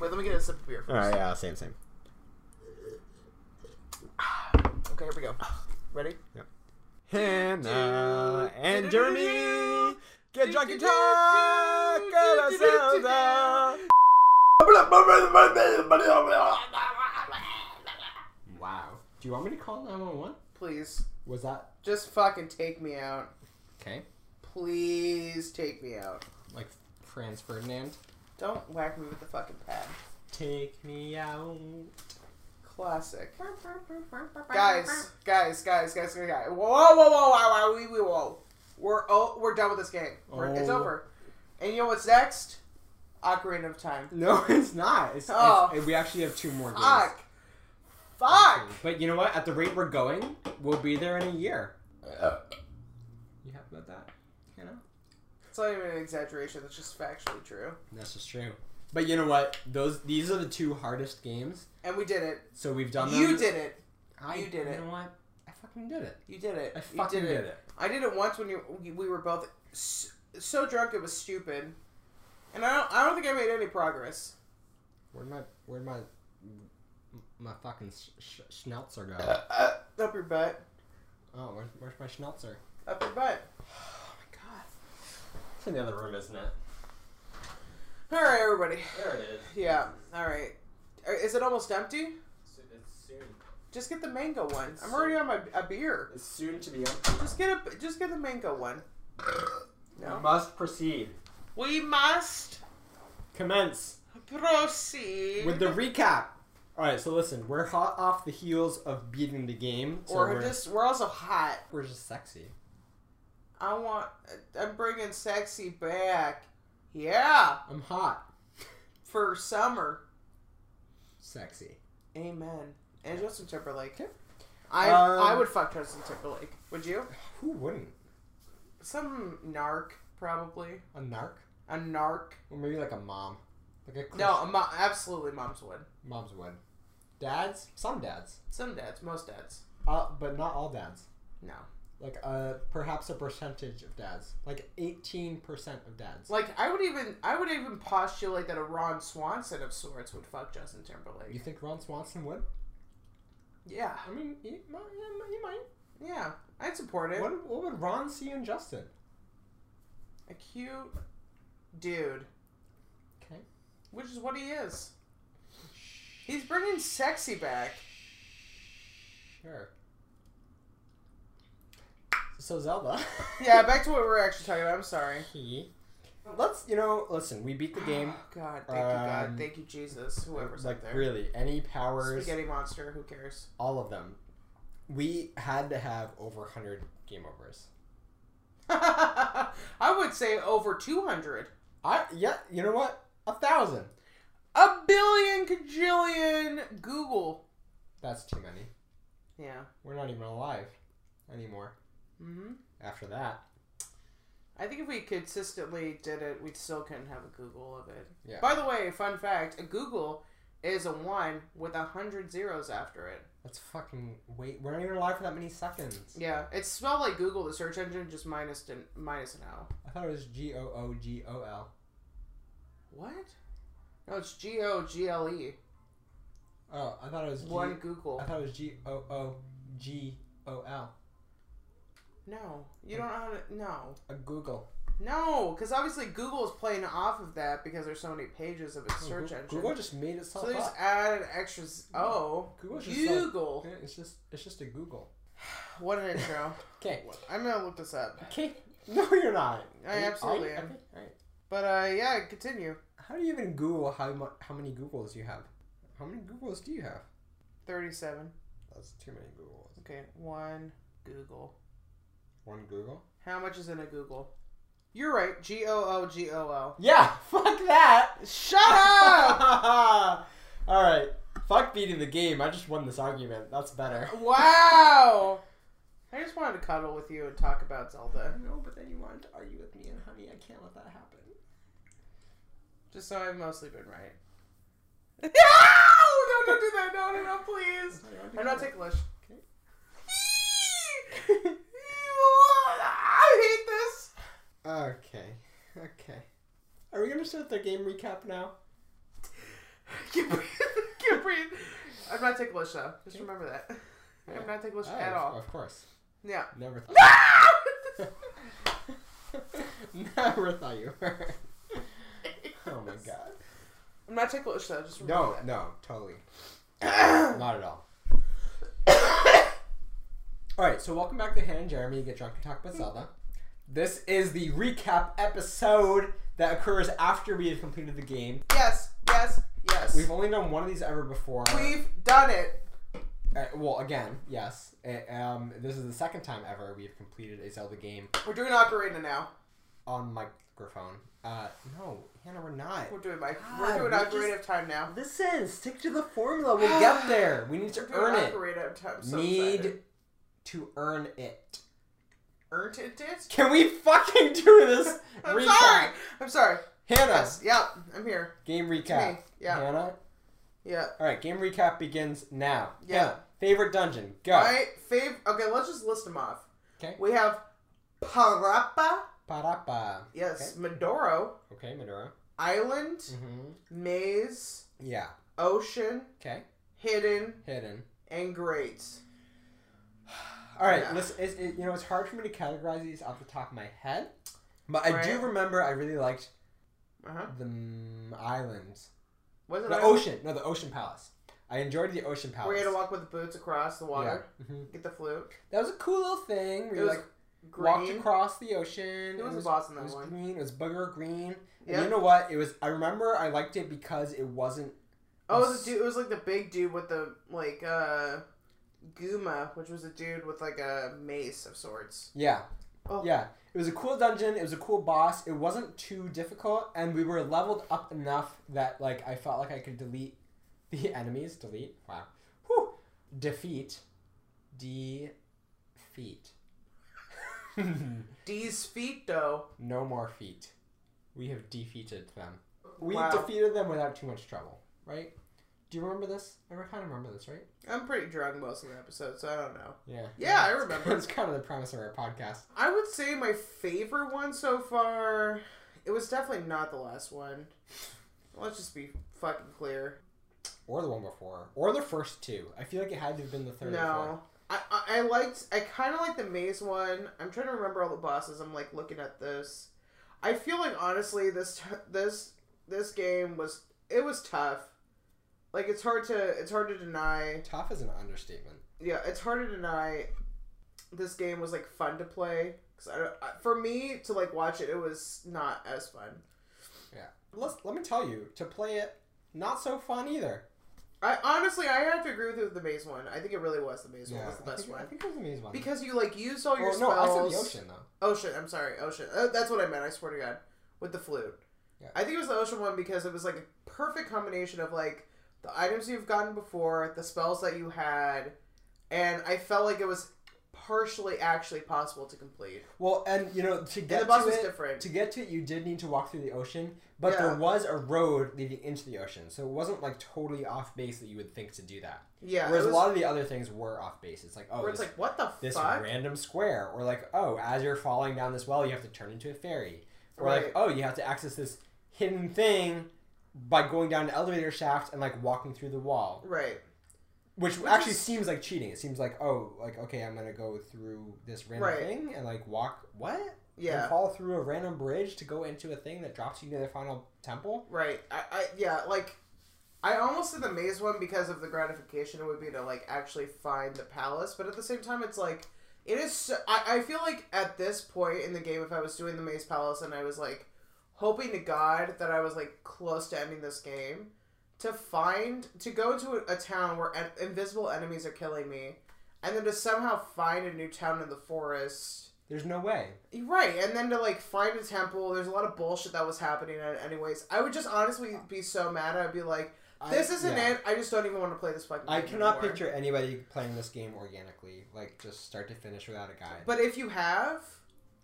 let me get a sip of beer first. All right, yeah, same, same. Okay, here we go. Ready? Hannah and Jeremy get drunk and talk about Zelda. Wow. Do you want me to call 911? Please, Was that just fucking take me out. okay? Please take me out. Like Franz Ferdinand? Don't whack me with the fucking pad. Take me out. Classic. Guys, guys, guys, guys, guys, guys. Whoa, whoa, whoa, whoa, whoa, whoa, we, we, whoa. We're oh, we're done with this game. We're, It's Oh. over. And you know what's next? Ocarina of Time. No, it's not. It's, Oh. it's- we actually have two more games. Fuck. Fuck. But you know what? At the rate we're going, we'll be there in a year. Oh. You happy about that? You know? It's not even an exaggeration. That's just factually true. That's just true. But you know what? Those these are the two hardest games. And we did it. So we've done them. You did it. I, you did it. You know what? I fucking did it. You did it. I you fucking did it. I did it once when you we were both s- so drunk it was stupid, and I don't I don't think I made any progress. Where'd my where'd my my fucking sh- sh- schnauzer go? Up your butt. Oh, where's, where's my schnauzer? Up your butt. Oh my god. It's in the other room, isn't it? All right, everybody. There it is. Yeah. All right. Uh, Is it almost empty? It's soon. Just get the mango one. I'm already on my a beer. It's soon to be empty. Just get a just get the mango one. No. must proceed. We must Commence proceed. with the recap. All right, so listen, we're hot off the heels of beating the game, so or we're just we're also hot. we're just sexy. I want. I'm bringing sexy back. Yeah, I'm hot, for summer. sexy. Amen. And Justin Timberlake. I Um, I would fuck Justin Timberlake. Would you? Who wouldn't? Some narc probably. A narc, A narc. or maybe like a mom, like a Chris- No, a mo- absolutely moms would. moms would. Dads, some dads, Some dads, most dads. uh, but not all dads. No. Like uh, perhaps a percentage of dads, like eighteen percent of dads. Like I would even I would even postulate that a Ron Swanson of sorts would fuck Justin You Timberlake. think Ron Swanson would? Yeah. I mean, you, might- you might- you might. Yeah. I'd support it. What, what would Ron see in Justin? A cute dude, Okay. which is what he is. He's bringing sexy back. Sure. So Zelda. Yeah, back to what we were actually talking about. I'm sorry. He. Let's you know. Listen, we beat the game. God, thank you, God, Um, thank you, Jesus, whoever's like up there. really, any powers, Spaghetti monster, who cares? all of them. We had to have over hundred game overs. I would say over two hundred, I yeah. You know what? A thousand. a billion cajillion Google. That's too many. Yeah. We're not even alive anymore Mm-hmm. after that. I think if we consistently did it, we still couldn't have a Google of it. Yeah. By the way, fun fact: a Google is a one with a hundred zeros after it. Let's fucking wait. We're not even alive for that many seconds. Yeah, it's spelled like Google, the search engine, just minus an minus an O. I thought it was G O O G O L. What? No, it's G O G L E. Oh, I thought it was G- One Google. I thought it was G O O G O L. No, you don't know how to. No, A Google. no, because obviously Google is playing off of that because there's so many pages of its Oh, search Goo- engine. Google just made itself so they just up. added extras. Oh, Google just Google. Yeah, It's just it's just a Google. What an intro! Okay. I'm gonna look this up. Okay. No, you're not. I Are you- absolutely are you? am. Okay, all right. But uh, yeah, continue. How do you even Google how mu- how many Googles you have? How many Googles do you have? Thirty-seven. That's too many Googles. Okay, one Google. One Google. How much is in a Google? You're right. G O O G O O. Yeah. Fuck that. Shut up! all right. Fuck beating the game. I just won this argument. That's better. wow. I just wanted to cuddle with you and talk about Zelda, know, but then you wanted to argue with me, and honey, I can't let that happen. just so I've mostly been right. no! Don't, don't do that! No, no, no! Please. I'm not ticklish. Okay. I hate this. Okay. Okay. Are we gonna start the game recap now? I'm not ticklish though. Just remember that. Yeah. I'm not ticklish Oh, at of- all. Of course. Yeah. Never thought. Never thought you were. Oh my god. I'm not ticklish though. Just remember No, that. no, totally. Not at all. all right, so welcome back to Hannah and Jeremy. You get drunk and talk about Zelda. This is the recap episode that occurs after we have completed the game. Yes. Yes. Yes. We've only done one of these ever before. We've done it. Uh, well, again, yes. Uh, um, this is the second time ever we have completed a Zelda game We're doing Ocarina now. on microphone. Uh, no, Hannah, we're not. We're doing Mike. God, We're doing we Ocarina of Time now. Listen, stick to the formula. We'll get there. We need to We're doing earn it. Ocarina of Time. I'm So Need excited. to earn it. earned it. it? Can we fucking do this? I'm sorry. I'm sorry. Hannah, Yes. Yep. I'm here. game Me. recap. Yeah. Hannah. Yeah. All right, game recap begins now. Yeah. Hannah, favorite dungeon. Go. All right. Fav. Okay. Let's just list them off. 'Kay. We have Parappa. Parappa. Yes. Medoro. Okay, Medora. Island. Mm-hmm. Maze. Yeah. Ocean. Okay. Hidden. Hidden. And Great. All right, Yeah. listen. It's, it, you know, it's hard for me to categorize these off the top of my head, but I do Right. remember I really liked Uh huh. the mm, islands, Was it the Island? ocean. No, the ocean palace. I enjoyed the ocean palace. We had to walk with the boots across the water. Yeah. Mhm. Get the flute. That was a cool little thing. We It was like walked Green. across the oceon. Who was it the was, boss in it that was one? green. It was booger green. And Yeah. you know what? It was. I remember I liked it because it wasn't. Oh, it was a dude. It was like the big dude with the like uh, Guma, which was a dude with like a mace of sorts. Yeah. Oh. Yeah. It was a cool dungeon. It was a cool boss. It wasn't too difficult, and we were leveled up enough that like I felt like I could delete the enemies. Delete. Wow. Whew. Defeat. Defeat. D's feet, though. no more feet. We have defeated them. We Wow. defeated them without too much trouble, right? Do you remember this? I kind of remember this, right? I'm pretty drunk most of the episode, so I don't know. Yeah. Yeah, I remember. That's kind of the premise of our podcast. I would say my favorite one so far. It was definitely not the last one. Let's just be fucking clear. Or the one before. Or the first two. I feel like it had to have been the third or fourth. No. I, I, I liked I kind of like the maze one. I'm trying to remember all the bosses. I'm like looking at this. I feel like honestly this t- this this game was it was tough. Like it's hard to it's hard to deny. Tough is an understatement. Yeah, it's hard to deny this game was like fun to play cuz I, don't- I for me to like watch it it was not as fun. Let's, let me tell you, to play it, not so fun either. I honestly I have to agree with you with the maze one. I think it really was the maze one was the I best think- I one. think it was the maze one. Because you like used all your Or, no, spells. I said the ocean, though. Ocean, I'm sorry, Ocean. Uh, that's what I meant. I swear to God, with the flute. Yeah. I think it was the Ocean one because it was like a perfect combination of like the items you've gotten before, the spells that you had, and I felt like it was partially actually possible to complete. Well, and, you know, to get And the boss to was it, different. to get to it, you did need to walk through the ocean, but Yeah. there was a road leading into the ocean, so it wasn't like totally off base that you would think to do that. yeah, it Whereas was- a lot of the other things were off base. It's like oh, where it's this, like what the this fuck? random square, or like oh, as you're falling down this well, you have to turn into a fairy, or like Right. oh, you have to access this hidden thing by going down an elevator shaft and like walking through the wall, right. which, Which actually is- seems like cheating. It seems like oh, like okay, I'm gonna go through this random Right. thing and like walk what and Yeah. fall through a random bridge to go into a thing that drops you to the final temple. Right. I, I yeah, like I almost did the maze one because of the gratification it would be to like actually find the palace, but at the same time it's like it is so, I, I feel like at this point in the game if I was doing the maze palace and I was like hoping to god that I was like close to ending this game to find to go to a, a town where en- invisible enemies are killing me and then to somehow find a new town in the forest There's no way. Right, and then to like find a temple, there's a lot of bullshit that was happening. And anyways, I would just honestly be so mad. I'd be like, "This I- isn't yeah. it. I just don't even want to play this fucking." I game cannot anymore." picture anybody playing this game organically, like just start to finish without a guide. But if you have,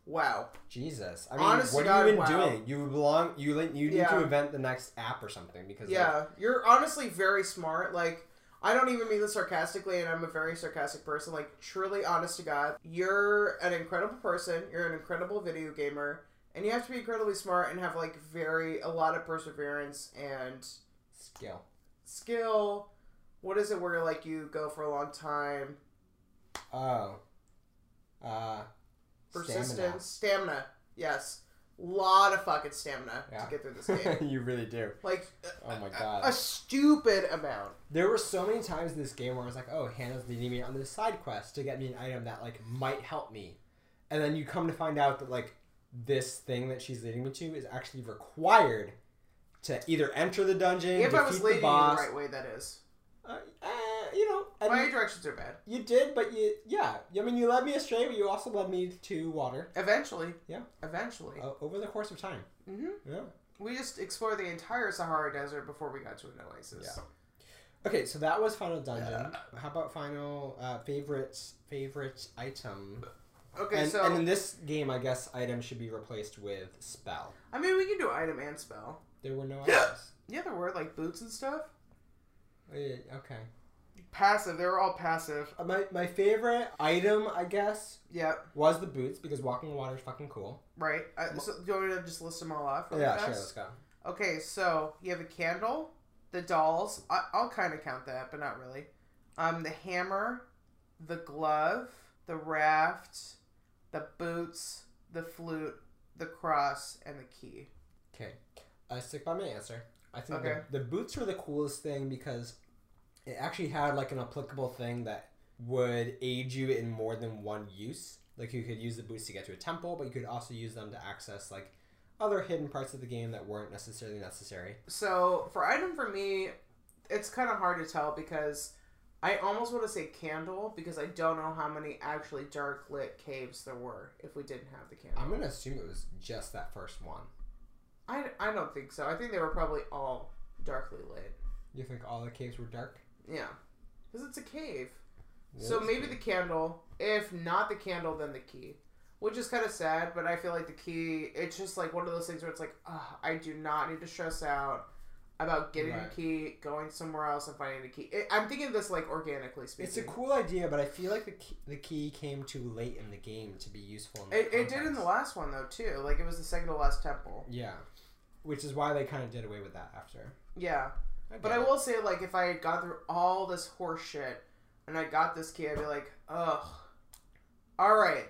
wow, Jesus, I mean, Honest to what God, are you even wow. doing? You belong. You like, you need Yeah. to invent the next app or something because like, yeah, you're honestly very smart. Like, I don't even mean this sarcastically, and I'm a very sarcastic person. Like, truly, honest to God, you're an incredible person. You're an incredible video gamer, and you have to be incredibly smart and have like very a lot of perseverance and skill. skill What is it where like you go for a long time? Oh. Uh. stamina. Persistence, stamina. Yes, lot of fucking stamina Yeah. to get through this game. you really do. like Oh my a- God. a stupid amount. There were so many times in this game where I was like, "Oh, Hannah's leading me on this side quest to get me an item that like might help me," and then you come to find out that like this thing that she's leading me to is actually required to either enter the dungeon, If defeat I was the leading you the boss. right way, that is. uh, uh, you know, and My you, directions are bad. you did, but you yeah, I mean, you led me astray, but you also led me to water Eventually. Yeah. Eventually. uh, over the course of time. hmm Yeah. We just explored the entire Sahara Desert before we got to an oasis. Yeah. Okay, so that was final dungeon. How about final uh, favorites? Favorite item. Okay, and, so and in this game, I guess item should be replaced with spell. I mean, we can do item and spell. There were no items. Yeah, there were like boots and stuff. Eh, okay. Passive. They were all passive. Uh, My, my favorite item, I guess, Yep. was the boots because walking in water is fucking cool. Right. Uh, so, do you want me to just list them all off? really yeah, fast? sure, let's go. Okay, so you have a candle, the dolls. I, I'll kind of count that, but not really. Um, the hammer, the glove, the raft, the boots, the flute, the cross, and the key. Okay. I stick by my answer. I think Okay. the, the boots were the coolest thing because it actually had like an applicable thing that would aid you in more than one use. Like you could use the boots to get to a temple, but you could also use them to access like other hidden parts of the game that weren't necessarily necessary. So for item for me, it's kind of hard to tell because I almost want to say candle because I don't know how many actually dark lit caves there were if we didn't have the candle. I'm gonna assume it was just that first one. I, I don't think so. I think they were probably all darkly lit. You think all the caves were dark? Yeah, because it's a cave. Yeah, So that's maybe good. the candle. If not the candle, then the key. Which is kind of sad, but I feel like the key, it's just like one of those things where it's like, Ugh, I do not need to stress out about getting Right. a key, going somewhere else, and finding a key. I I'm thinking of this like organically speaking. it's a cool idea, but I feel like the key, the key came too late in the game to be useful. In that it, it did in context. the last one, though, too. Like, it was the second to last temple. Yeah, which is why they kind of did away with that after. Yeah. But get I it. will say, like, if I had gone through all this horse shit and I got this key, I'd be like, ugh. All right.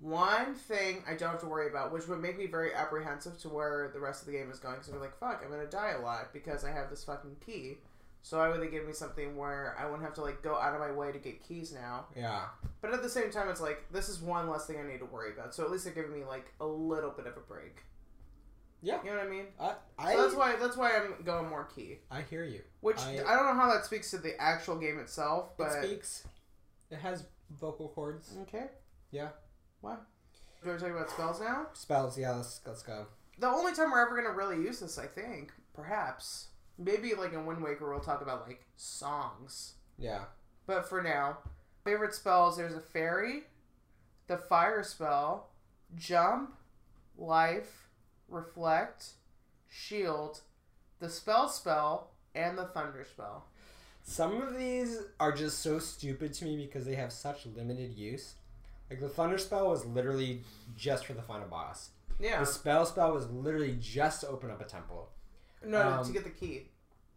One thing I don't have to worry about, which would make me very apprehensive to where the rest of the game is going, because I'd be like, fuck, I'm going to die a lot because I have this fucking key. So why would they give me something where I wouldn't have to, like, go out of my way to get keys now? Yeah, But at the same time, it's like, this is one less thing I need to worry about. So at least they're giving me, like, a little bit of a break. Yeah. You know what I mean? I So I, that's why that's why I'm going more key. I hear you. Which I- I, don't know how that speaks to the actual game itself, but it speaks. It has vocal cords. okay. Yeah. Why? Do we talk about spells now? Spells. Yeah, let's let's go. The only time we're ever gonna really use this, I think, perhaps, maybe like in Wind Waker, we'll talk about like songs. Yeah. But for now, favorite spells: there's a fairy, the fire spell, jump, life, reflect, shield, the spell spell, and the thunder spell. Some of these are just so stupid to me because they have such limited use. Like the thunder spell was literally just for the final boss. Yeah, The spell spell was literally just to open up a temple no, no, to um, get the key.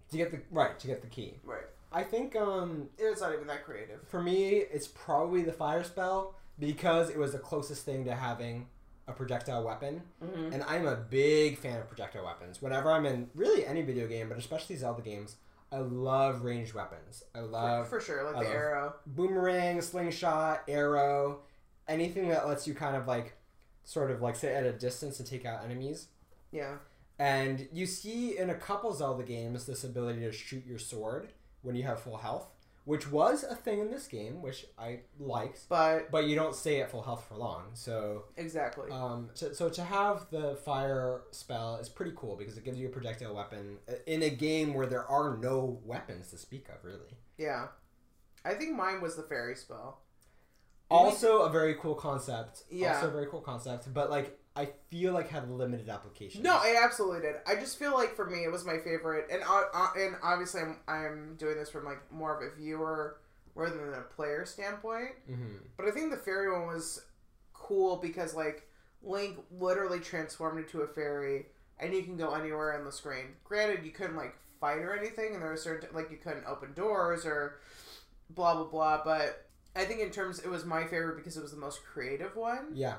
to get the right to get the key. Right. I think um It's not even that creative. for me it's probably the fire spell because it was the closest thing to having a projectile weapon Mm-hmm. And I'm a big fan of projectile weapons. Whenever I'm in really any video game, but especially Zelda games, I love ranged weapons. I love for sure, like Uh, I the love- arrow. boomerang, slingshot, arrow, anything that lets you kind of like sort of like sit at a distance and take out enemies. Yeah. And you see in a couple Zelda games this ability to shoot your sword when you have full health, which was a thing in this game, which I liked, But but you don't stay at full health for long. So exactly. um, to, so to have the fire spell is pretty cool because it gives you a projectile weapon uh, in a game where there are no weapons to speak of, really. yeah. I think mine was the fairy spell. Also a very cool concept. Yeah. Also a very cool concept, but like I feel like had limited application. No, it absolutely did. I just feel like for me, it was my favorite, and uh, uh, and obviously I'm I'm doing this from like more of a viewer rather than a player standpoint. hmm But I think the fairy one was cool because like Link literally transformed into a fairy, and you can go anywhere on the screen. Granted, you couldn't like fight or anything, and there were certain like you couldn't open doors or blah blah blah. But I think in terms, it was my favorite because it was the most creative one, Yeah.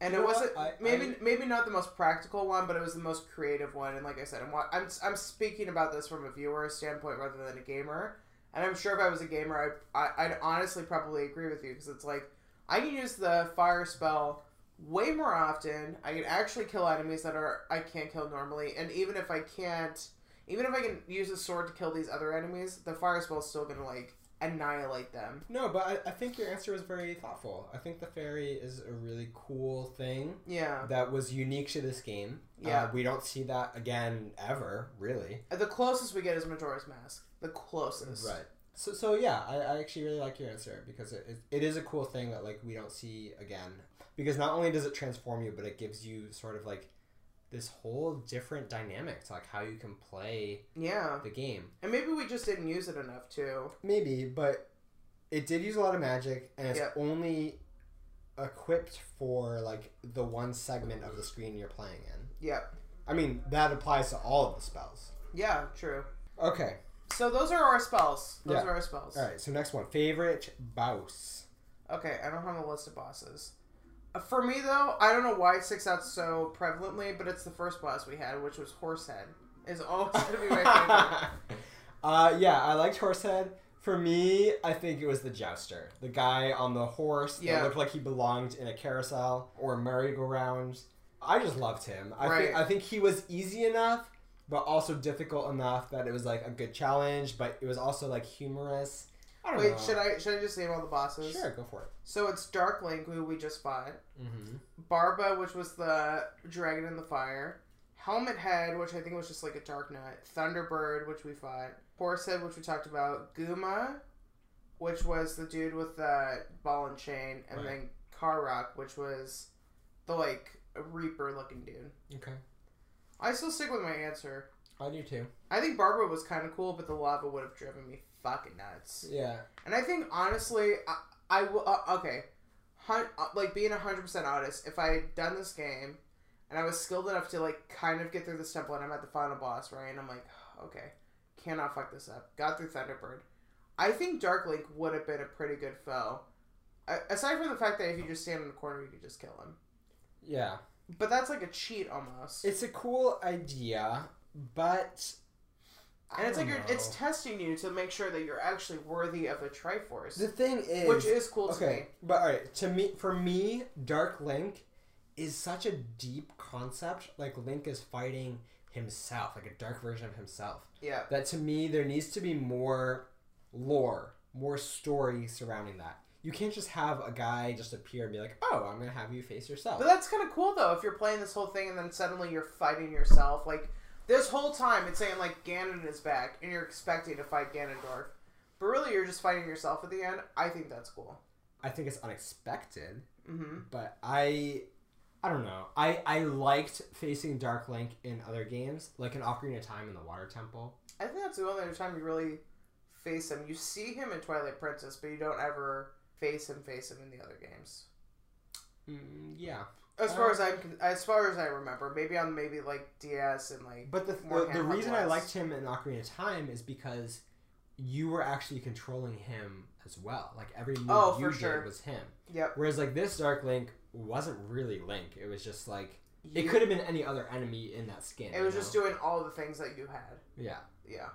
and You it know what? wasn't I- maybe maybe not the most practical one, but it was the most creative one. And like I said, I'm wa- I'm I'm speaking about this from a viewer standpoint rather than a gamer. And I'm sure if I was a gamer, I, I I'd honestly probably agree with you because it's like I can use the fire spell way more often. I can actually kill enemies that are I can't kill normally, and even if I can't, even if I can use a sword to kill these other enemies, the fire spell's still gonna like annihilate them. No, but I, I think your answer was very thoughtful. I think the fairy is a really cool thing Yeah, that was unique to this game. Yeah. Uh, we don't see that again ever, really. the closest we get is Majora's Mask. The closest. So, so yeah, I, I actually really like your answer because it, it, it is a cool thing that like we don't see again because not only does it transform you, but it gives you sort of like this whole different dynamic to like how you can play Yeah. the game. And maybe we just didn't use it enough too. Maybe, but it did use a lot of magic, and it's Yeah. only equipped for like the one segment of the screen you're playing in. Yeah. I mean, that applies to all of the spells. Yeah, true. Okay, So those are our spells. Those Yeah. are our spells. all right. So next one, favorite boss. Okay, I don't have a list of bosses. Uh, For me though, I don't know why it sticks out so prevalently, but it's the first boss we had, which was Horsehead. Is always gonna be my favorite. uh, yeah, I liked Horsehead. For me, I think it was the jouster, the guy on the horse Yeah. that looked like he belonged in a carousel or a merry-go-round. I just loved him. I Right. think I think he was easy enough, but also difficult enough that it was like a good challenge. But it was also like humorous. I don't Wait, know. should I should I just name all the bosses? Sure, go for it. So it's Dark Link, who we just fought. Mm-hmm. Barba, which was the dragon in the fire. Helmet Head, which I think was just like a dark nut. Thunderbird, which we fought. Horsehead, which we talked about. Guma, which was the dude with the ball and chain. And Right. then Karok, which was the like reaper looking dude. Okay, I still stick with my answer. I do too. I think Barbara was kind of cool, but the lava would have driven me fucking nuts. Yeah, And I think honestly, I, I will. Uh, okay, Hun- uh, like being hundred percent honest, if I had done this game, and I was skilled enough to like kind of get through this temple, and I'm at the final boss, right? And I'm like, okay, cannot fuck this up. Got through Thunderbird. I think Dark Link would have been a pretty good foe, A aside from the fact that if you just stand in the corner, you could just kill him. yeah. But that's like a cheat almost, It's a cool idea, but I and it's like don't you're, know. it's testing you to make sure that you're actually worthy of a Triforce, the thing is which is cool to me. Okay, but all right. To me, for me, Dark Link is such a deep concept. Like Link is fighting himself, like a dark version of himself. Yeah, That to me, there needs to be more lore, more story surrounding that. You can't just have a guy just appear and be like, "Oh, I'm gonna have you face yourself." But that's kind of cool though. If you're playing this whole thing and then suddenly you're fighting yourself, like this whole time it's saying like Ganon is back and you're expecting to fight Ganondorf, but really you're just fighting yourself at the end. I think that's cool. I think it's unexpected, hmm but I. I don't know. I, I liked facing Dark Link in other games, like in Ocarina of Time in the Water Temple. I think that's the only time you really face him. You see him in Twilight Princess, but you don't ever face him face him in the other games. Mm, yeah. As far Uh, as I'm, con- as far as I remember, maybe on maybe like DS and like But the, more the, the handheld reason I was. liked him in Ocarina of Time is because you were actually controlling him as well. Like every move Oh, you for did sure. was him. yep. Whereas like this Dark Link wasn't really Link. It was just like it You- could have been any other enemy in that skin. It you was just know? doing all the things that you had. yeah. Yeah.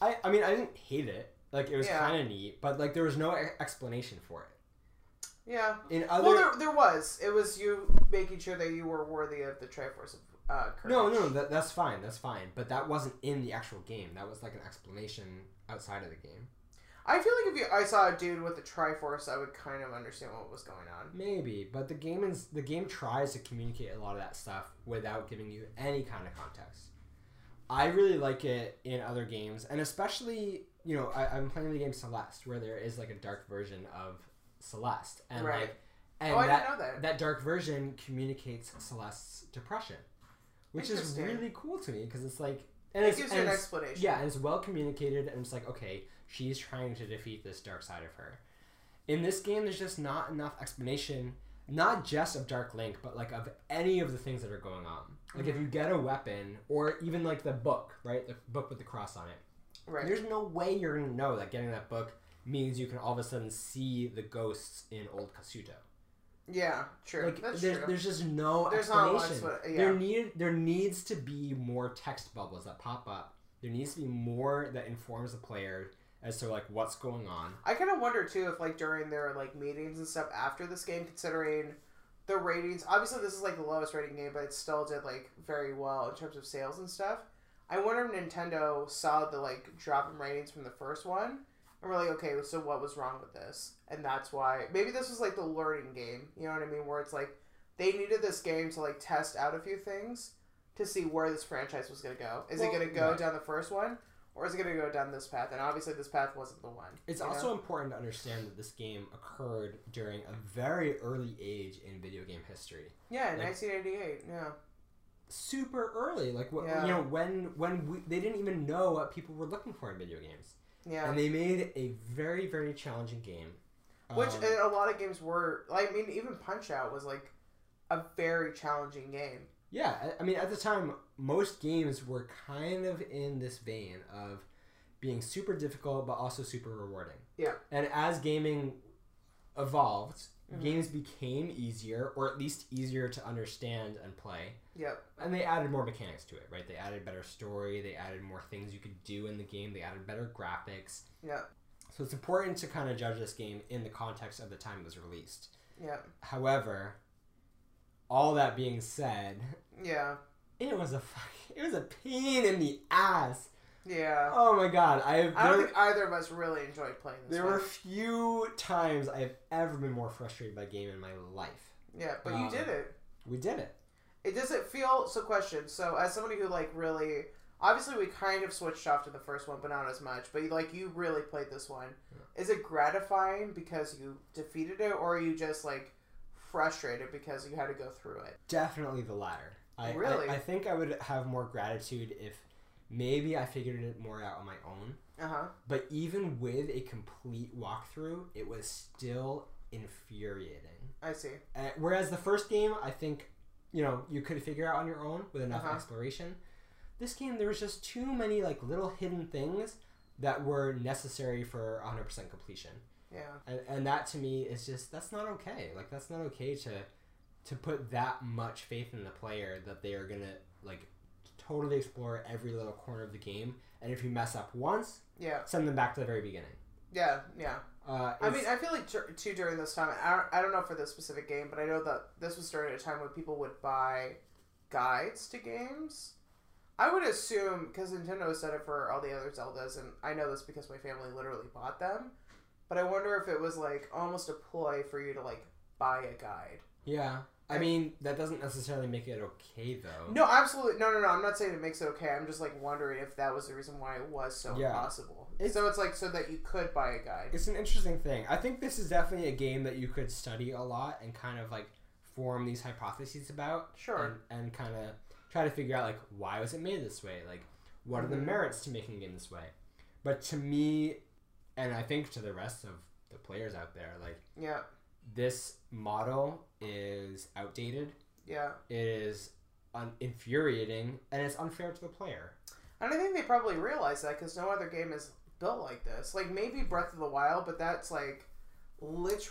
I I mean I didn't hate it. Like it was Yeah. kind of neat, but like there was no e- explanation for it. Yeah. In other Well, there, there was. It was you making sure that you were worthy of the Triforce of uh, Courage. no no that, that's fine that's fine, but that wasn't in the actual game. That was like an explanation outside of the game. I feel like if you, I saw a dude with a Triforce, I would kind of understand what was going on. Maybe, but the game is the game tries to communicate a lot of that stuff without giving you any kind of context. I really like it in other games, and especially you know I, I'm playing the game Celeste, where there is like a dark version of Celeste, and Right. like and oh, I that didn't know that. that dark version communicates Celeste's depression, which is Interesting. really cool to me because it's like and It it's, gives and you an it's- explanation. yeah, and it's well communicated, and it's like, okay, she's trying to defeat this dark side of her. In this game, there's just not enough explanation not just of Dark Link, but like of any of the things that are going on. Like if you get a weapon, or even like the book, right? The book with the cross on it. Right. There's no way you're gonna know that getting that book means you can all of a sudden see the ghosts in Old Kasuto. Yeah, true. Like That's there's, true. there's just no There's not a lot explanation. of expla- There yeah. needed there needs to be more text bubbles that pop up. There needs to be more that informs the player as to like what's going on. I kind of wonder too if like during their like meetings and stuff after this game, considering the ratings. Obviously, this is like the lowest rating game, but it still did like very well in terms of sales and stuff. I wonder if Nintendo saw the like drop in ratings from the first one and were like, okay, so what was wrong with this? And that's why maybe this was like the learning game. You know what I mean? Where it's like they needed this game to like test out a few things to see where this franchise was gonna go. Is it Well, gonna go right. down the first one? Or is it going to go down this path? And obviously, this path wasn't the one. It's you know? also important to understand that this game occurred during a very early age in video game history. Yeah, in Like- 1988. Yeah. Super early, like what Yeah. you know when when we, they didn't even know what people were looking for in video games, Yeah. and they made a very very challenging game. Which Um, and a lot of games were. Like, I mean, even Punch Out was like a very challenging game. Yeah, I- I mean, at the time, most games were kind of in this vein of being super difficult but also super rewarding. Yeah. And as gaming evolved, Mhm. games became easier, or at least easier to understand and play. Yep. And they added more mechanics to it, right? They added better story, they added more things you could do in the game, they added better graphics. Yep. So it's important to kind of judge this game in the context of the time it was released. Yep. However, all that being said, Yeah. it was a fuck, it was a pain in the ass. Yeah. Oh my god, I have I don't there, think either of us really enjoyed playing this. there one. were few times I have ever been more frustrated by a game in my life. yeah, but you um, did it. We did it. It doesn't feel so. Question. So, as somebody who like really, obviously, we kind of switched off to the first one, but not as much. But like, you really played this one. Is it gratifying because you defeated it, or are you just like frustrated because you had to go through it? Definitely the latter. I, I- Really? I, think I would have more gratitude if maybe I figured it more out on my own. Uh huh. But even with a complete walkthrough, it was still infuriating. I see. Uh, whereas the first game, I think, you know, you could figure out on your own with enough Uh-huh. exploration. This game, there was just too many like little hidden things that were necessary for 100% completion, Yeah. and, and that to me is just that's not okay. Like that's not okay to to put that much faith in the player that they are gonna like totally explore every little corner of the game, and if you mess up once, Yeah. send them back to the very beginning. Yeah. Yeah. Uh, I it's- mean, I feel like dur- too during this time. I don't, I don't know for this specific game, but I know that this was during a time when people would buy guides to games. I would assume because Nintendo has said it for all the other Zeldas, and I know this because my family literally bought them. But I wonder if it was like almost a ploy for you to like buy a guide. yeah. I mean, that doesn't necessarily make it okay though. No, absolutely. No, no, no. I'm not saying it makes it okay. I'm just like wondering if that was the reason why it was so Yeah. impossible. It's- so it's like so that you could buy a guide. it's an interesting thing. I think this is definitely a game that you could study a lot and kind of like form these hypotheses about. Sure. And, and kind of try to figure out like why was it made this way? Like what are the Mhm. merits to making it this way? But to me, and I think to the rest of the players out there, like Yeah. this model is outdated. Yeah. It is un- infuriating and it's unfair to the player. And I think they probably realize that because no other game is built like this. Like maybe Breath of the Wild, but that's like It's a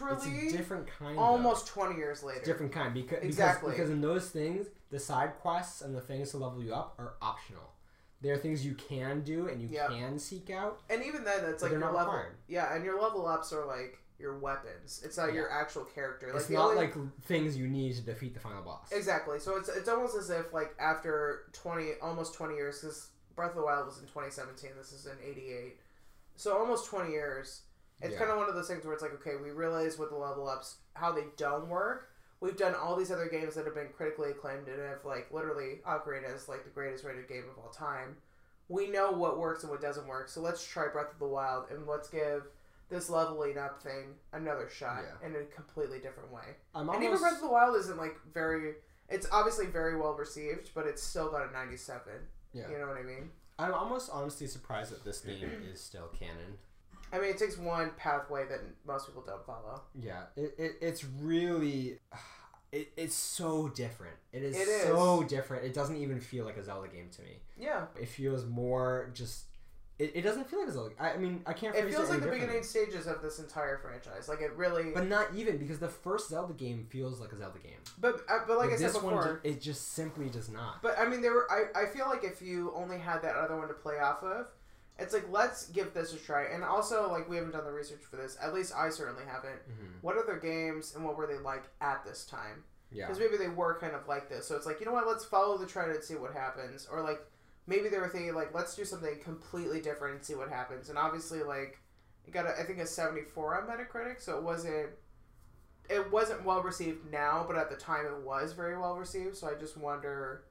literally different kind. of- almost twenty years later. It's a different kind because Exactly. because, because in those things the side quests and the things to level you up are optional there are things you can do and you Yeah. can seek out And even then, it's like but they're your not level. required. Yeah, and your level ups are like your weapons. It's not your actual character. Like it's the not only- like things you need to defeat the final boss exactly. So it's it's almost as if like after twenty, almost twenty years, because Breath of the Wild was in twenty seventeen. This is in eighty eight. So almost twenty years. It's Yeah. kind of one of those things where it's like, okay, we realize with the level ups how they don't work. We've done all these other games that have been critically acclaimed and have like literally Ocarina is like the greatest rated game of all time. We know what works and what doesn't work, so let's try Breath of the Wild and let's give this leveling up thing another shot Yeah. in a completely different way. i'm And even almost Breath of the Wild isn't like very. It's obviously very well received, but it's still got a 97. Yeah. You know what I mean? i'm almost honestly surprised that this game is still canon I mean, it takes one pathway that most people don't follow. Yeah, it, it it's really it, it's so different. It is It is. so different. It doesn't even feel like a Zelda game to me. Yeah. It feels more just. It, it doesn't feel like a Zelda. I, I mean, I can't. It phrase feels like any the beginning differently. stages of this entire franchise. Like it really, but but not even because the first Zelda game feels like a Zelda game. but, uh, but like I said this before, one, ju- it just simply does not. But I mean, there were. I, I feel like if you only had that other one to play off of, it's like let's give this a try. And also, like we haven't done the research for this. At least I certainly haven't. Mhm. What other games and what were they like at this time? Yeah. Because maybe they were kind of like this. So it's like you know what? Let's follow the trend and see what happens. Or like maybe they were thinking like let's do something completely different and see what happens. And obviously, like it got a, I think a seventy four on Metacritic, so it wasn't. It wasn't well received now, but at the time it was very well received. So I just wonder.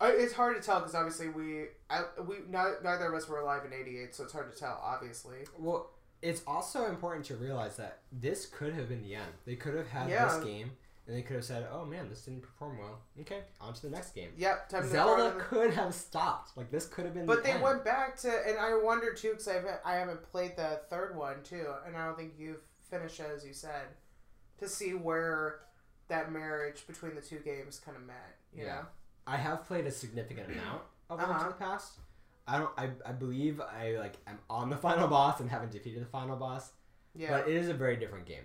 I, it's hard to tell because obviously we I, we neither, neither of us were alive in '88, so it's hard to tell. Obviously, Well, it's also important to realize that this could have been the end. They could have had Yeah. this game, and they could have said, "Oh man, this didn't perform well. Okay, on to the next game." yep. Time to throw it Zelda in the- could have stopped. Like this could have been. But the they end. went back to, and I wonder too, because I haven't, I haven't played the third one too, and I don't think you've finished it, as you said, to see where that marriage between the two games kind of met. You Yeah. I have played a significant amount of them Uh-huh. in the past. I don't. I, I believe I like. I'm on the final boss and haven't defeated the final boss. know, But it is a very different game.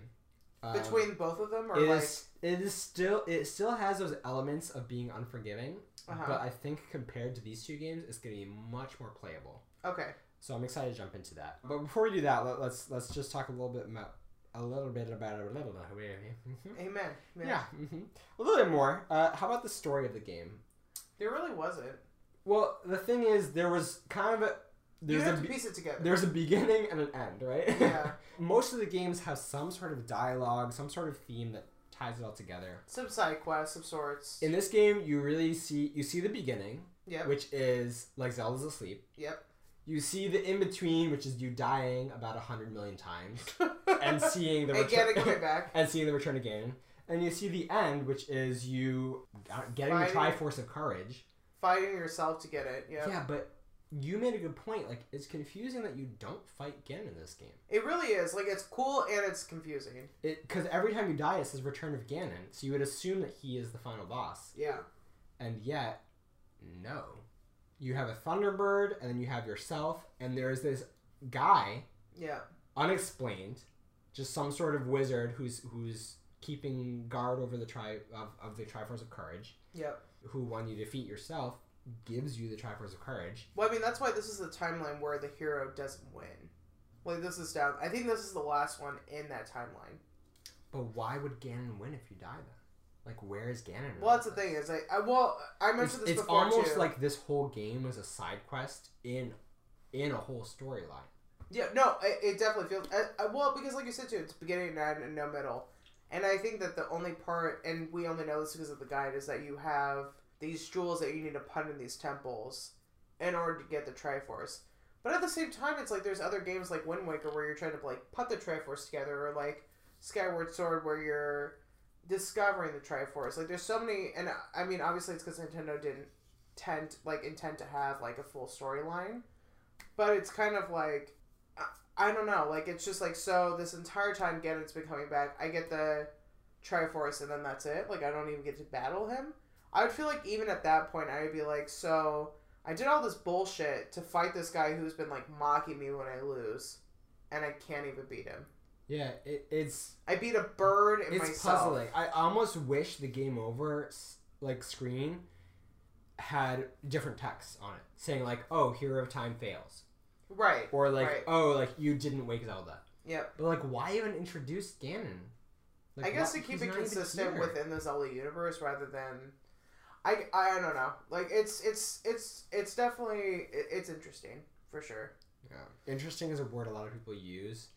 Um, yeah. Between both of them, or it like, is- It is still. It still has those elements of being unforgiving. Uh-huh. But I think compared to these two games, it's going to be much more playable. okay, So I'm excited to jump into that. But before we do that, let, let's let's just talk a little bit about a little bit about a little bit. amen. amen. Yeah, mhm. a little bit more. Uh, how about the story of the game? there really wasn't. Well, the thing is, there was kind of a You there's a have to be- piece it together. there's a beginning and an end, right? Yeah. Most of the games have some sort of dialogue, some sort of theme that ties it all together. Some side quests of sorts. In this game, you really see you see the beginning, yep, which is like Zelda's asleep. yep. You see the in between, which is you dying about a hundred million times and seeing the again, return and coming back. and seeing the return again. And you see the end, which is you uh, getting the Fighting. Triforce of Courage. Fighting yourself to get it. Yeah. Yeah, but you made a good point. Like, it's confusing that you don't fight Ganon in this game. It really is. Like, it's cool and it's confusing. It Because every time you die, it says Return of Ganon, so you would assume that he is the final boss. Yeah. And yet, no. You have a Thunderbird, and then you have yourself, and there is this guy, Yeah. unexplained, just some sort of wizard who's who's keeping guard over the tri of, of the Triforce of Courage, Yep. who when you defeat yourself, gives you the Triforce of Courage. Well, I mean, that's why this is the timeline where the hero doesn't win. Like, this is down. I think this is the last one in that timeline. But why would Ganon win if you die then? Like, where is Ganon? in Well, all that's the this? thing is, I, I well, I It's, mentioned this it's before almost too. like this whole game was a side quest in in a whole storyline. yeah, no, it, it definitely feels I, I, well because, like you said too, it's beginning and end and no middle. And I think that the only part, and we only know this because of the guide, is that you have these jewels that you need to put in these temples in order to get the Triforce. But at the same time, it's like there's other games like Wind Waker where you're trying to like put the Triforce together, or like Skyward Sword where you're discovering the Triforce. Like there's so many, and I- I mean obviously it's because Nintendo didn't tend like intend to have like a full storyline, but it's kind of like I, I don't know, like it's just like so this entire time Ganon's been coming back. I get the Triforce and then that's it. Like I don't even get to battle him. I would feel like even at that point I would be like so. I did all this bullshit to fight this guy who's been like mocking me when I lose, and I can't even beat him. Yeah, it, it's I beat a bird and it's myself. puzzling. I almost wish the game over s- like screen had different texts on it saying like, "Oh, Hero of Time fails," Right. or like, Right. "Oh, like you didn't wake Zelda." Yep. But like, why even introduce Ganon? Like, I guess why- to keep he's it not even consistent here. within the Zelda universe rather than I, I don't know. Like it's it's it's it's definitely it- it's interesting for sure. Yeah. Interesting is a word a lot of people use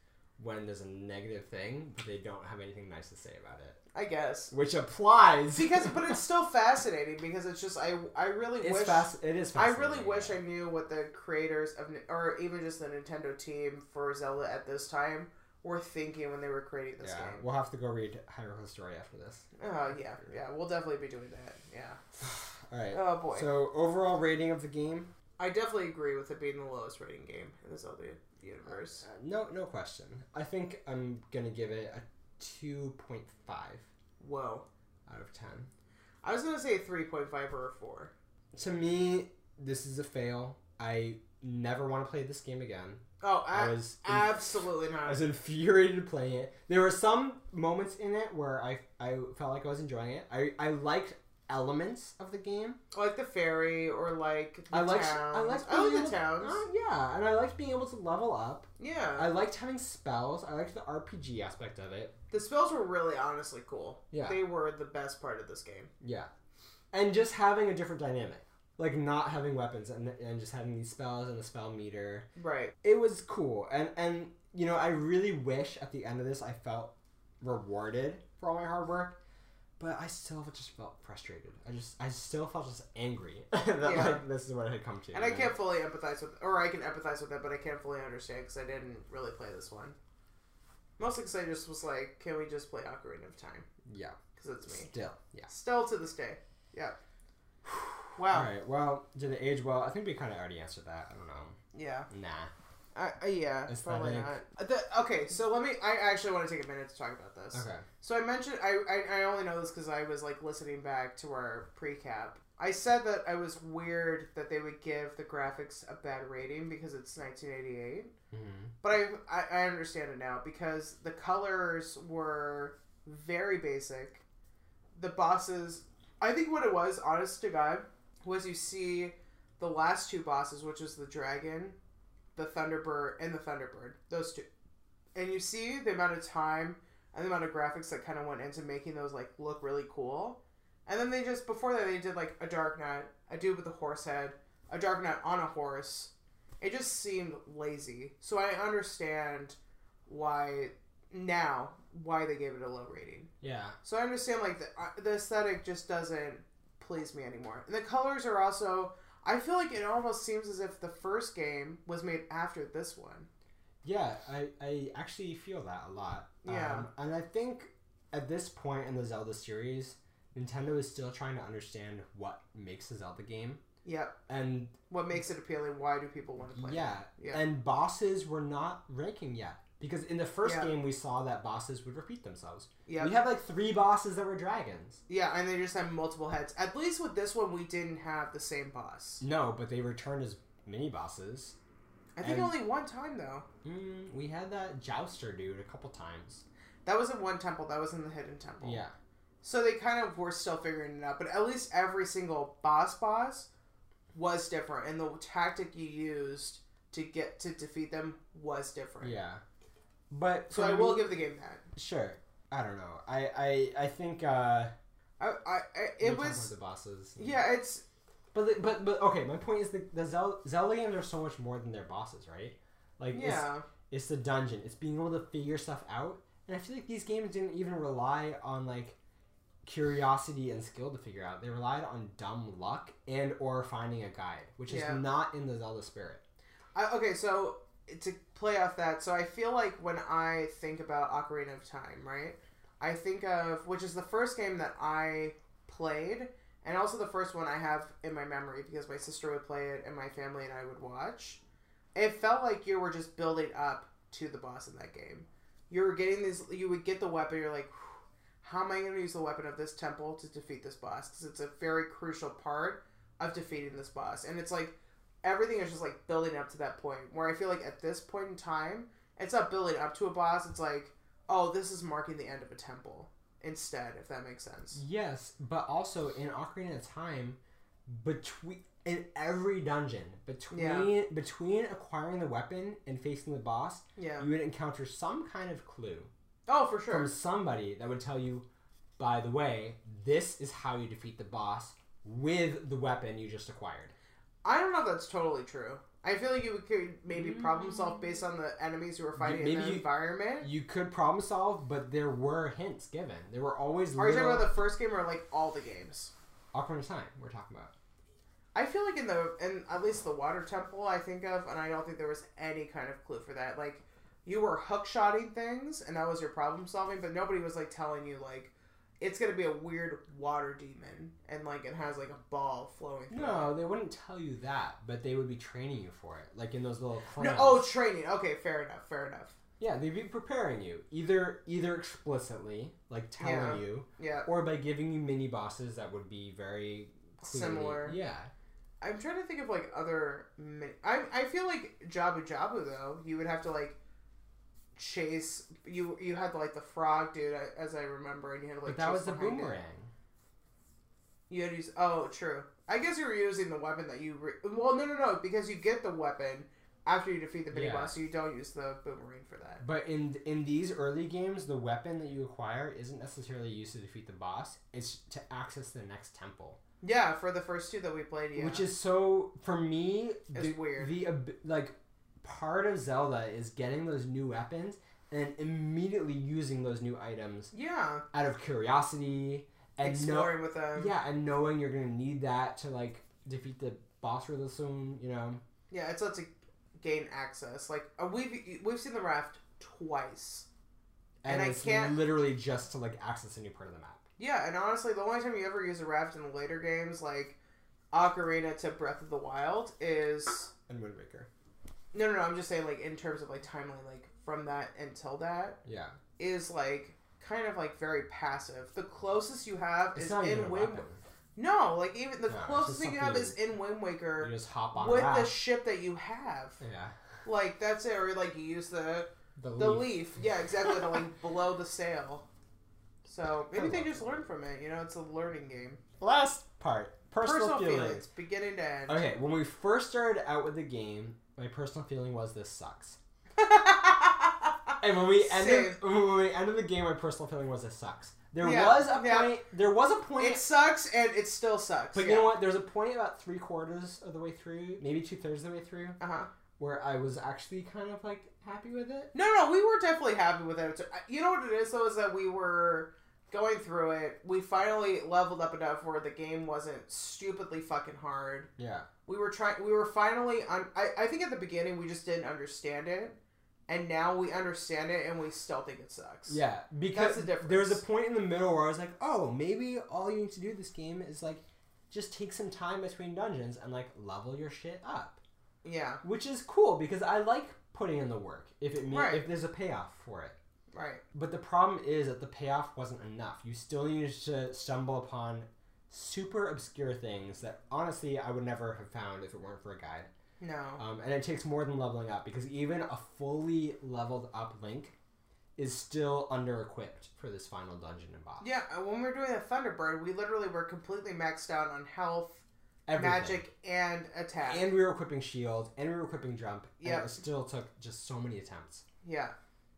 when there's a negative thing, but they don't have anything nice to say about it. I guess. Which applies Because but it's still fascinating because it's just I I really it's wish fast. It is. I Fascinating. really wish I knew what the creators of, Ni- or even just the Nintendo team for Zelda at this time were thinking when they were creating Yeah, this game. we'll have to go read Hyrule story after this. Oh yeah, yeah, we'll definitely be doing that. Yeah. All right. Oh boy. So overall rating of the game. I definitely agree with it being the lowest rating game in the Zelda universe. Uh, no, no question. I think I'm gonna give it a two point five Whoa. out of ten. I was gonna say three point five or a four. To me, this is a fail. I never want to play this game again. Oh, I a- was in- absolutely I not. was infuriated playing it. There were some moments in it where I I felt like I was enjoying it. I, I liked elements of the game. Like the ferry or like the I liked towns. I liked I being like able- the towns. Uh, yeah, and I liked being able to level up. yeah, I liked having spells. I liked the RPG aspect of it. the spells were really honestly cool. Yeah. they were the best part of this game. Yeah. And just having a different dynamic. Like not having weapons and, and just having these spells and the spell meter. Right. It was cool. And and you know, I really wish at the end of this I felt rewarded for all my hard work. But I still just felt frustrated. I just I still felt just angry that Yeah. like this is what it had come to. And I you know? can't fully empathize with, or I can empathize with that, but I can't fully understand because I didn't really play this one. Mostly because I just was like, can we just play Ocarina of Time? Yeah. Because it's me. Still. Yeah. Still to this day. Yeah. Wow. Alright, well, did it age well? I think we kinda already answered that. I don't know. Yeah. Nah. I, I, yeah. Probably Aesthetic. not. The, okay, so let me. I actually want to take a minute to talk about this. Okay. So I mentioned I, I, I only know this because I was like listening back to our pre-cap. I said that I was weird that they would give the graphics a bad rating because it's 1988, Mm-hmm. but I, I I understand it now because the colors were very basic. The bosses, I think what it was, honest to God, was you see the last two bosses, which is the dragon, the thunderbird, and the thunderbird. Those two, and you see the amount of time and the amount of graphics that kind of went into making those like look really cool. And then they just before that they did like a dark knight, a dude with a horse head, a dark knight on a horse. It just seemed lazy. So I understand why now why they gave it a low rating. Yeah. So I understand like the, uh, the aesthetic just doesn't please me anymore. And the colors are also I feel like it almost seems as if the first game was made after this one. Yeah, I, I actually feel that a lot. Yeah. Um, and I think at this point in the Zelda series, Nintendo is still trying to understand what makes a Zelda game. Yep. And What makes it appealing? Why do people want to play? it? yeah, Yeah. and bosses were not ranking yet. Because in the first Yeah. game, we saw that bosses would repeat themselves. Yep. We had like three bosses that were dragons. Yeah, and they just have multiple heads. At least with this one, we didn't have the same boss. No, but they returned as mini bosses. I think And- only one time though. Mm, we had that jouster dude a couple times. That was in one temple. That was in the hidden temple. Yeah. So they kind of were still figuring it out, but at least every single boss boss was different, and the tactic you used to get to defeat them was different. Yeah. But So for I will me- give the game that. Sure. I don't know. I I I think uh I, I, I we it talked was. about the bosses. Yeah, it's But the- but but okay. My point is the the Zel- Zelda games are so much more than their bosses, right? Like it's, yeah, it's the dungeon. It's being able to figure stuff out. And I feel like these games didn't even rely on like curiosity and skill to figure out. They relied on dumb luck and or finding a guide, which is Yeah. not in the Zelda spirit. I, okay. So to play off that, so I feel like when I think about Ocarina of Time, right? I think of which is the first game that I played, and also the first one I have in my memory because my sister would play it and my family and I would watch. It felt like you were just building up to the boss in that game. You were getting these. You would get the weapon. You're like, "Whew, how am I going to use the weapon of this temple to defeat this boss? Because it's a very crucial part of defeating this boss. And it's like everything is just like building up to that point where I feel like at this point in time, it's not building up to a boss. It's like, oh, this is marking the end of a temple instead, if that makes sense. Yes, but also in Ocarina of Time, between in every dungeon, between Yeah. between acquiring the weapon and facing the boss, Yeah. you would encounter some kind of clue Oh, for from sure. somebody that would tell you, by the way, this is how you defeat the boss with the weapon you just acquired. I don't know if that's totally true. I feel like you could maybe problem solve based on the enemies you were fighting in Mm. maybe the you- environment. You could problem solve, but there were hints given. There were always Are you talking little about the first game or like all the games? Ocarina of Time we're talking about. I feel like in the in at least the water temple I think of, and I don't think there was any kind of clue for that. Like you were hook shotting things, and that was your problem solving, but nobody was like telling you like it's gonna be a weird water demon, and like it has like a ball flowing. Through it. No, they wouldn't tell you that, but they would be training you for it, like in those little No, clowns. oh, training. Okay, fair enough. Fair enough. yeah, they'd be preparing you either either explicitly, like telling Yeah. you, Yeah, or by giving you mini bosses that would be very clearly, Similar. Yeah, I'm trying to think of like other. mi- I I feel like Jabu Jabu though. You would have to like chase you. You had like the frog dude, I- as I remember, and you had to like. but that chase was the behind it. boomerang. You had to use. Oh, true. I guess you were using the weapon that you. Re- well, no, no, no, because you get the weapon after you defeat the mini Yeah. boss, so you don't use the boomerang for that. But in in these early games, the weapon that you acquire isn't necessarily used to defeat the boss; it's to access the next temple. Yeah, for the first two that we played, yeah. which is so for me It's the, weird. the ab- like part of zelda is getting those new weapons and immediately using those new items yeah, out of curiosity and know, exploring with them. yeah and knowing you're gonna need that to like defeat the boss really soon you know Yeah, it's lets you gain access. Like uh, we've we've seen the raft twice. and, And I it's can't- literally just to like access a new part of the map Yeah, and honestly, the only time you ever use a raft in the later games, like Ocarina to Breath of the Wild, is and wind waker no, no, no. I'm just saying, like in terms of like timeline, like from that until that yeah is like kind of like very passive. The closest you have it's is not even a in Wind. weapon No, like even the No, it's closest just thing you something have is in Wind you Waker just hop on with that. the ship that you have. yeah Like that's it, or like you use the the, the leaf. leaf. Yeah, exactly. to like blow the sail. So maybe I they love just it. learn from it. You know, it's a learning game. last part personal, Personal, feelings. feelings. beginning to end. Okay, when we first started out with the game, my personal feeling was this sucks. And when we ended when we ended the game, my personal feeling was this sucks. There Yeah, was a yeah. point. There was a point. it sucks and it still sucks. but you know what? There's a point about three quarters of the way through, maybe two thirds of the way through, Uh huh. where I was actually kind of like happy with it. No, no, we were definitely happy with it. You know what it is though is that we were going through it. We finally leveled up enough where the game wasn't stupidly fucking hard. Yeah. we were trying we were finally on I, I think at the beginning we just didn't understand it and now we understand it and we still think it sucks Yeah, because the difference. there was a point in the middle where I was like, "Oh, maybe all you need to do this game is like just take some time between dungeons and like level your shit up." yeah which is cool because I like putting in the work if it means Right. if there's a payoff for it. right But the problem is that the payoff wasn't enough. You still needed to stumble upon super obscure things that honestly I would never have found if it weren't for a guide. no Um, and it takes more than leveling up because even a fully leveled up Link is still under equipped for this final dungeon and boss. yeah uh, when we were doing the thunderbird we literally were completely maxed out on health Everything. magic and attack And we were equipping shield, and we were equipping jump, Yep. and it still took just so many attempts. yeah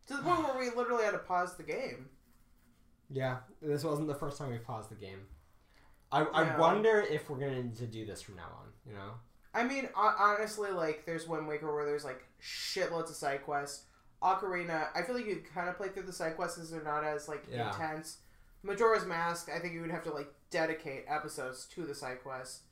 to the point where we literally had to pause the game Yeah, this wasn't the first time we paused the game. I, I No. wonder if we're gonna need to do this from now on. You know, I mean, ho- honestly, like there's Wind Waker where there's like shitloads of side quests. Ocarina, I feel like you kind of play through the side quests as they're not as like Yeah. intense. Majora's Mask, I think you would have to like dedicate episodes to the side quests.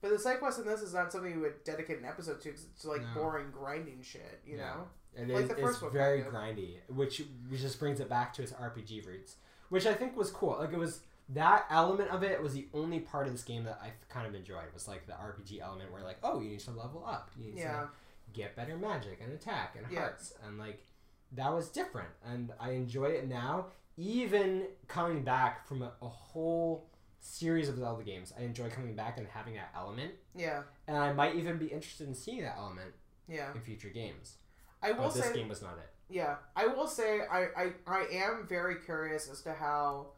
But the side quest in this is not something you would dedicate an episode to 'cause it's like No. boring grinding shit, you Yeah. know? and Like it- the it's first one very kind grindy, which which just brings it back to its RPG roots, which I think was cool. Like it was that element of it was the only part of this game that I kind of enjoyed was like the RPG element where like oh you need to level up, you need Yeah. to get better magic and attack and Yeah. hearts and like that was different and I enjoy it now. Even coming back from a, a whole series of Zelda games, I enjoy coming back and having that element, Yeah. and I might even be interested in seeing that element Yeah. in future games. I will But Oh, this say game was not it. Yeah, I will say I, I, I am very curious as to how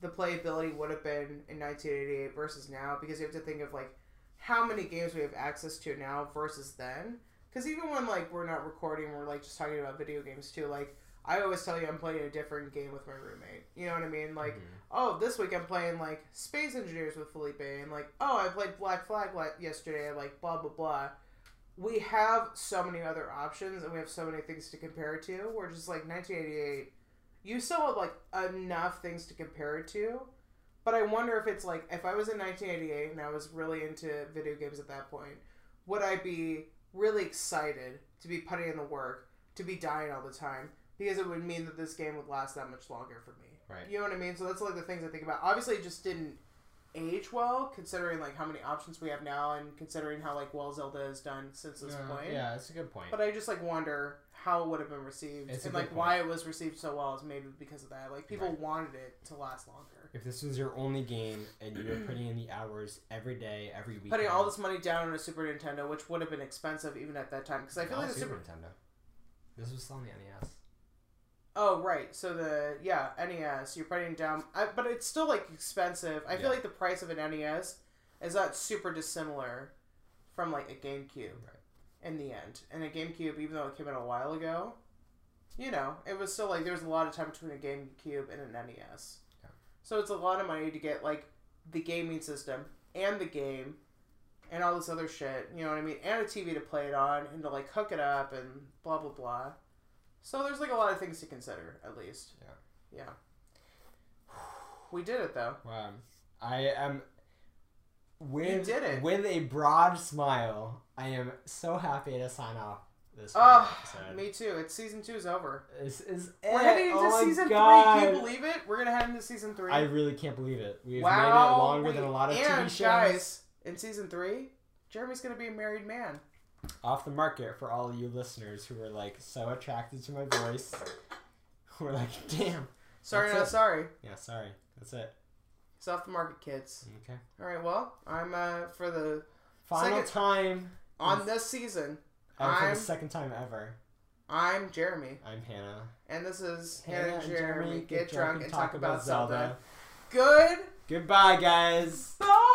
the playability would have been in 1988 versus now because you have to think of like how many games we have access to now versus then. Because even when like we're not recording, we're like just talking about video games too. Like I always tell you, I'm playing a different game with my roommate. You know what I mean? Like Mhm. oh, this week I'm playing like Space Engineers with Felipe, and like, oh, I played Black Flag like, yesterday, and like, blah blah blah. We have so many other options, and we have so many things to compare it to. We're just like 1988. You still have like enough things to compare it to, but I wonder if it's like if I was in 1988 and I was really into video games at that point, would I be really excited to be putting in the work, to be dying all the time, because it would mean that this game would last that much longer for me. Right. You know what I mean? So that's like the things I think about. Obviously, it just didn't age well, considering like how many options we have now, and considering how like well Zelda has done since this Yeah, point. yeah, it's a good point. But I just like wonder how it would have been received, It's a and good like why it was received so well is maybe because of that. Like people Right. wanted it to last longer. If this was your only game and you were putting in the hours every day, every week, Putting all this money down on a Super Nintendo, which would have been expensive even at that time, because I feel like the Super. Super Nintendo. This was E still on the NES. Oh right, so the yeah NES you're putting down, I, but it's still like expensive. I Yeah. feel like the price of an NES is not super dissimilar from like a GameCube in the end. And a GameCube, even though it came out a while ago, you know, it was still like there was a lot of time between a GameCube and an NES. Yeah. So it's a lot of money to get like the gaming system and the game and all this other shit, you know what I mean? And a TV to play it on and to like hook it up and blah blah blah. So there's like a lot of things to consider, at least. Yeah. Yeah. We did it though. Wow. I am with did it. with a broad smile. I am so happy to sign off this Oh, episode. me too. It's season two's over. This is We're it. heading into oh my season God. three. Can you believe it? We're gonna head into season three. I really can't believe it. We've made Wow, it longer we- than a lot of TV and shows. guys, in season three, Jeremy's gonna be a married man. Off the market for all you listeners who were like so attracted to my voice. We're like, damn. Sorry, That's not it. sorry. Yeah, sorry. That's it. It's off the market, kids. Okay. All right. Well, I'm uh for the Final Second- time. on this season. And Oh, for the I'm- second time ever. I'm Jeremy, I'm Hannah. and this is Hannah and Jeremy get, drunk, and talk about Zelda. Goodbye, guys. Goodbye.